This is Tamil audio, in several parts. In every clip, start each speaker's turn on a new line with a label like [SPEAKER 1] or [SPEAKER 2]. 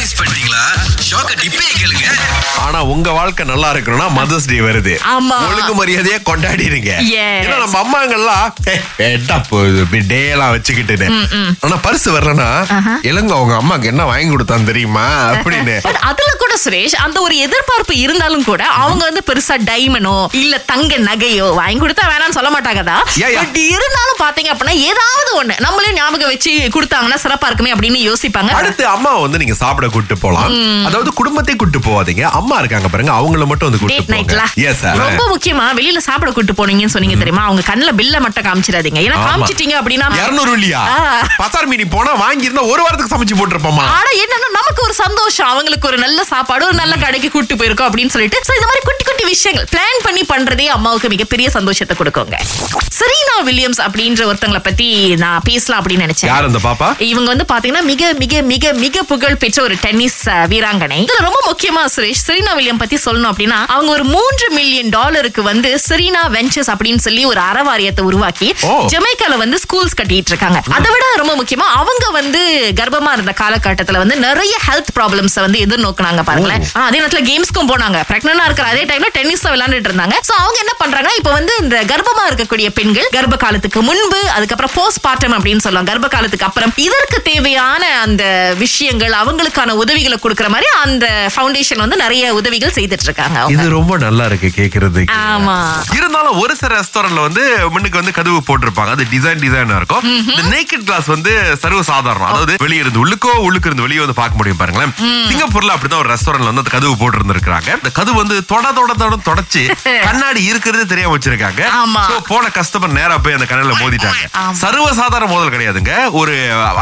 [SPEAKER 1] மிஸ் பண்ணிட்டீங்களா ஷாக்க டிப்பே கேளுங்க
[SPEAKER 2] ஆனா உங்க வாழ்க்கை நல்லா இருக்கணும்னா மதர்ஸ் டே வருது
[SPEAKER 3] ஆமா.
[SPEAKER 2] ஒழுங்கு மரியாதையா கொண்டாடிடுங்க
[SPEAKER 3] Yes.
[SPEAKER 2] ஏன்னா நம்ம அம்மாங்கெல்லாம் "ஏய், ஏட்டா போகுது இப்படி டே எல்லாம் வச்சுக்கிட்டு ஆனா பரிசு வரலனா இளங்க அவங்க அம்மாக்கு என்ன வாங்கி கொடுத்தான் தெரியுமா அப்படின்னு
[SPEAKER 3] But அதுல கூட சுரேஷ் அந்த ஒரு எதிர்பார்ப்பு இருந்தாலும் கூட அவங்க வந்து பெருசா டைமனோ இல்ல தங்க நகையோ வாங்கி கொடுத்தா வேணாம்னு சொல்ல மாட்டாங்க தான்
[SPEAKER 2] Yeah, yeah.
[SPEAKER 3] பட் இருந்தாலும் பாத்தீங்க அப்படின்னா ஏதாவது ஒண்ணு நம்மளையும் ஞாபகம் வச்சு கொடுத்தாங்கன்னா சிறப்பா இருக்குமே அப்படின்னு யோசிப்பாங்க
[SPEAKER 2] அடுத்து அம்மா வந்து நீங்க சாப்பிட கூட்டு போலாம் அதாவது குடும்பத்தை கூட்டு போவாதீங்க அம்மா இருக்காங்க பாருங்க அவங்கள மட்டும் வந்து கூட்டு
[SPEAKER 3] டேட் நைட்ல
[SPEAKER 2] போங்க எஸ் சார்
[SPEAKER 3] ரொம்ப முக்கியமா வெளியில சாப்பிட கூட்டு போனீங்கன்னு சொன்னீங்க தெரியுமா அவங்க கண்ணுல பில்ல மட்டும் காமிச்சிடாதீங்க ஏன்னா காமிச்சிட்டீங்க அப்படின்னா
[SPEAKER 2] இருநூறு இல்லையா
[SPEAKER 3] ஆ.
[SPEAKER 2] பசார் மீனி போனா வாங்கியிருந்தா ஒரு வாரத்துக்கு சமைச்சு போட்டிருப்போமா
[SPEAKER 3] ஆனா என்னன்னா நமக்கு ஒரு சந்தோஷம் அவங்களுக்கு ஒரு நல்ல சாப்பாடு ஒரு நல்ல கடைக்கு கூட்டு போயிருக்கோம் அப்படின்னு சொல்லிட்டு சோ இந்த மாதிரி குட்டி குட்டி விஷயங்கள் பிளான் பண்ணி பண்றதே அம்மாவுக்கு மிகப்பெரிய சந்தோஷத்தை கொடுக்குங்க செரீனா வில்லியம்ஸ் அப்படின்ற ஒருத்தங்களை பத்தி நான் பேசலாம் அப்படின்னு நினைச்சேன்
[SPEAKER 2] யார் அந்த பாப்பா
[SPEAKER 3] இவங்க வந்து பாத்தீங்கன்னா மிக மிக மிக மிக புகழ் பெற்ற ஒரு டென்னிஸ் அஹ், வீராங்கனை இதுல ரொம்ப முக்கியமா சுரேஷ் செரீனா வில்லியம் பத்தி சொல்லணும் அப்படின்னா அவங்க ஒரு மூன்று மில்லியன் டாலருக்கு வந்து செரீனா வெஞ்சர்ஸ் அப்படின்னு சொல்லி ஒரு அறவாரியத்தை உருவாக்கி
[SPEAKER 2] ஓ.
[SPEAKER 3] ஜமைக்கால வந்து ஸ்கூல்ஸ் கட்டிட்டு இருக்காங்க அதை விட ரொம்ப முக்கியமா அவங்க வந்து கர்ப்பமா இருந்த காலகட்டத்துல வந்து நிறைய ஹெல்த் ப்ராப்ளம்ஸ் வந்து எதிர்நோக்குனாங்க பாருங்களேன் ஆ, அதே நேரத்துல கேம்ஸ்க்கும் போனாங்க பிரெக்னனா இருக்கிற அதே டைம்ல டென்னிஸ் விளையாண்டுட்டு இருந்தாங்க சோ அவங்க என்ன பண்றாங்க இப்போ வந்து இந்த கர்ப்பமா இருக்கக்கூடிய பெண்கள் கர்ப்ப காலத்துக்கு முன்பு அதுக்கப்புறம் போஸ்ட் பார்ட்டம் அப்படின்னு சொல்லுவாங்க கர்ப்ப காலத்துக்கு அப்புறம் இதற்கு தேவையான அந்த விஷயங்கள் அவங்களுக்கான உதவிகளை கொடுக்கிற மாதிரி அந்த ஃபவுண்டேஷன் வந்து நிறைய உதவிகள் செய்துட்டு இருக்காங்க அவங்க.
[SPEAKER 2] இது ரொம்ப நல்லா இருக்கு கேக்குறது
[SPEAKER 3] ஆமா.
[SPEAKER 2] இருந்தாலும் ஒரு சில ரெஸ்டாரன்ட்ல வந்து முன்னுக்கு வந்து கதவு போட்டிருப்பாங்க அது டிசைன் டிசைனா இருக்கும் இந்த நேக்கட் கிளாஸ் வந்து சர்வ சாதாரணம் அதாவது வெளிய இருந்து உள்ளுக்கோ உள்ளுக்கு இருந்து வெளியே வந்து பார்க்க முடியும் பாருங்களேன் சிங்கப்பூர்ல அப்படிதான் ஒரு ரெஸ்டாரன்ட்ல வந்து அந்த கதவு போட்டிருந்திருக்காங்க இந்த கதவு வந்து தொட தொட தொட தொடச்சு கண்ணாடி இருக்கிறது தெரியாம வச்சிருக்காங்க
[SPEAKER 3] ஆமா.
[SPEAKER 2] So, போன கஸ்டமர் நேரா போய் அந்த கண்ணாடில மோதிட்டாங்க
[SPEAKER 3] ஆமா.
[SPEAKER 2] சர்வசாதாரண மோதல் கிடையாதுங்க ஒரு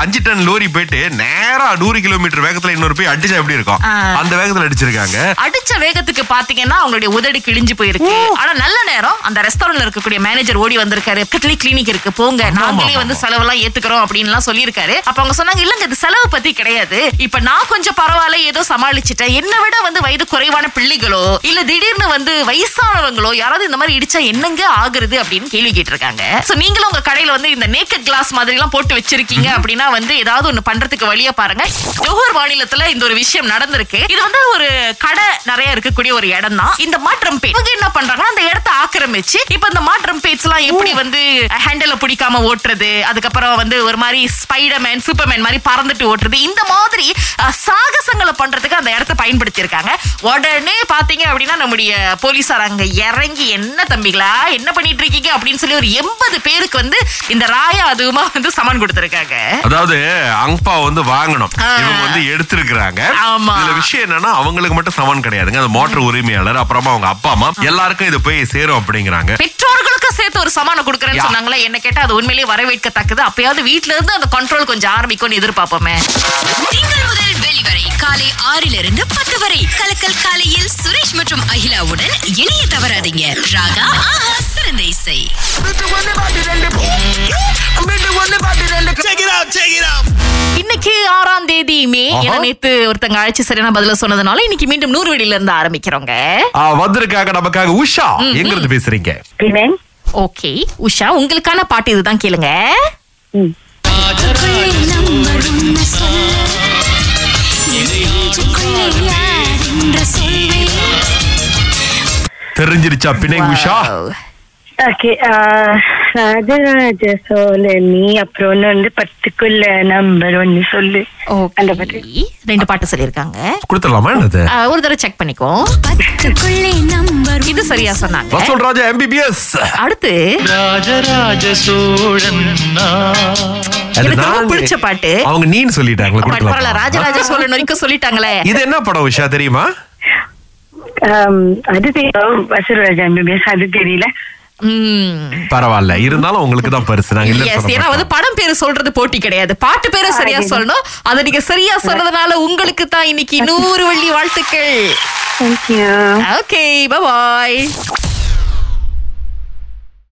[SPEAKER 2] அஞ்சு டன் லோரி போயிட்டு நேரா நூறு கிலோமீட்டர் வேகத்துல இன்னொரு போய் அடிச்சா எப்படி இருக்கும்
[SPEAKER 3] ஆ.
[SPEAKER 2] அந்த வேகத்துல அடிச்சிருக்காங்க
[SPEAKER 3] அடிச்ச வேகத்துக்கு பாத்தீங்கன்னா அவங்களுடைய உதடு கிழிஞ்சு போயிருக்கு ஆனா நல்ல நேரம் அந்த ரெஸ்டாரண்ட்ல இருக்கக்கூடிய மேனேஜர் ஓடி வந்திருக்காரு பக்கத்துலயே கிளினிக் இருக்கு போங்க நாங்களே
[SPEAKER 2] ஆமா,
[SPEAKER 3] வந்து செலவெல்லாம் ஏத்துக்கிறோம் அப்படின்னு எல்லாம் சொல்லியிருக்காரு அப்ப அவங்க சொன்னாங்க இல்லங்க இது செலவு பத்தி கிடையாது இப்ப நான் கொஞ்சம் பரவாயில்ல ஏதோ சமாளிச்சிட்டேன் என்னை விட வந்து வயது குறைவான பிள்ளைகளோ இல்ல திடீர்னு வந்து வயசானவங்களோ யாராவது இந்த மாதிரி இடிச்சா என்னங்க ஆகுறது அப்படின்னு கேள்வி கேட்டிருக்காங்க சோ நீங்களும் உங்க கடையில வந்து இந்த நேக்கட் கிளாஸ் மாதிரி எல்லாம் போட்டு வச்சிருக்கீங்க அப்படின்னா வந்து ஏதாவது ஒண்ணு பண்றதுக்கு வழியா பாருங்க ஜோஹர் மாநிலத்துல இந்த ஒரு விஷயம் நடந்திருக்கு இது வந்து ஒரு கடை நிறைய இருக்கக்கூடிய ஒரு இடம் தான் இந்த மாற்றம் பேட் இவங்க என்ன பண்றாங்கன்னா அந்த இடத்த ஆக்கிரமிச்சு இப்ப இந்த மாற்றம் பேட்ஸ் எல்லாம் எப்படி வந்து ஹேண்டில பிடிக்காம ஓட்டுறது அதுக்கப்புறம் வந்து ஒரு மாதிரி ஸ்பைடர்மேன் சூப்பர்மேன் மாதிரி பறந்துட்டு ஓட்டுறது இந்த மாதிரி அஹ், சாகசங்களை பண்றதுக்கு அந்த இடத்த பயன்படுத்தி இருக்காங்க உடனே பாத்தீங்க அப்படின்னா நம்முடைய போலீசார் அங்க இறங்கி என்ன தம்பிகளா என்ன பண்ணிட்டு இருக்கீங்க அப்படின்னு சொல்லி ஒரு எண்பது பேருக்கு வந்து இந்த ராயா அதுவுமா வந்து சமன் கொடுத்திருக்காங்க
[SPEAKER 2] அதாவது அங்பா வந்து வாங்கணும்
[SPEAKER 3] ஆ.
[SPEAKER 2] இவங்க வந்து எடுத்திருக்கிறாங்க
[SPEAKER 3] ஆமா.
[SPEAKER 2] இதுல விஷயம் என்னன்னா அவங்களுக்கு மட்டும் சமன் கிடையாதுங்க அந்த மோட்டார் உரிமையாளர் அப்புறமா அவங்க அப்பா அம்மா எல்லாருக்கும் இது போய் சேரும் அப்படிங்கிறாங்க
[SPEAKER 3] பெற்றோர்களுக்கு சேர்த்து ஒரு சமானம் கொடுக்கறேன்னு
[SPEAKER 2] யா.
[SPEAKER 3] சொன்னாங்களே என்ன கேட்டா அது உண்மையிலேயே வரவேற்கத்தக்கது அப்பயாவது வீட்ல இருந்து அந்த கண்ட்ரோல் கொஞ்சம் ஆரம்பிக்கும்னு எதிர்பார்ப்போமே
[SPEAKER 4] திங்கள் முதல் வெளிவரை காலை ஆறிலிருந்து பத்து வரை கலக்கல் காலையில் சுரேஷ் மற்றும் அகிலாவுடன் இணைய தவறாதீங்க ராகா ஆஹா சிறந்த இசை
[SPEAKER 3] இன்னைக்கு ஆறாம் தேதி மே ஏன்னா
[SPEAKER 2] ஆஹா.
[SPEAKER 3] நேத்து ஒருத்தங்க அழைச்சு சரியான பதில சொன்னதுனால இன்னைக்கு மீண்டும் நூறு வெடியில இருந்து ஆரம்பிக்கிறோங்க
[SPEAKER 2] ஆ, வந்திருக்காங்க நமக்காக உஷா எங்க இருந்து பேசுறீங்க
[SPEAKER 5] Amen.
[SPEAKER 3] ஓகே உஷா உங்களுக்கான பாட்டு இதுதான் கேளுங்க
[SPEAKER 2] தெரிஞ்சிருச்சா பிணை உஷா
[SPEAKER 3] Wow.
[SPEAKER 5] ஓகே ராஜராஜ சோழன் நீ அப்புறம் ஒண்ணு வந்து பத்துக்குள்ள நம்பர் ஒன்னு சொல்லு
[SPEAKER 3] Okay.
[SPEAKER 5] அந்த பாட்டு
[SPEAKER 3] ரெண்டு பாட்டு சொல்லியிருக்காங்க
[SPEAKER 2] கொடுத்துடலாமா என்னது
[SPEAKER 3] அஹ், ஒரு தடவை செக் பண்ணிக்கோ இது சரியா சொன்னாங்க
[SPEAKER 2] வசூல் ராஜா எம்பிபிஎஸ்
[SPEAKER 3] அடுத்து
[SPEAKER 6] ராஜராஜ சோழன்
[SPEAKER 3] எனக்கு ரொம்ப பிடிச்ச பாட்டு
[SPEAKER 2] அவங்க நீன்னு சொல்லிட்டாங்களே
[SPEAKER 3] பட் பரவாயில்ல
[SPEAKER 2] கொடுக்கலாம்
[SPEAKER 3] ராஜராஜ சோழன் வரைக்கும் சொல்லிட்டாங்களே
[SPEAKER 2] இது என்ன படம் உஷா தெரியுமா
[SPEAKER 5] ஆம், அது தெரியும் வசூராஜ் எம்பிபிஎஸ் அது தெரியல
[SPEAKER 3] உம்
[SPEAKER 2] பரவாயில்ல இருந்தாலும் உங்களுக்கு தான் பரிசு நாங்க இல்லைன்னு
[SPEAKER 3] Yes,
[SPEAKER 2] சொல்ல
[SPEAKER 3] ஏன்னா வந்து
[SPEAKER 2] மாட்டோம்.
[SPEAKER 3] படம் பேரு சொல்றது போட்டி கிடையாது பாட்டு பேரை சரியா
[SPEAKER 5] ஆமா.
[SPEAKER 3] சொல்லணும் அதை நீங்க சரியா சொன்னதுனால உங்களுக்கு தான் இன்னைக்கு நூறு வள்ளி வாழ்த்துக்கள்
[SPEAKER 5] தேங்க்யூ
[SPEAKER 3] ஓகே பாய்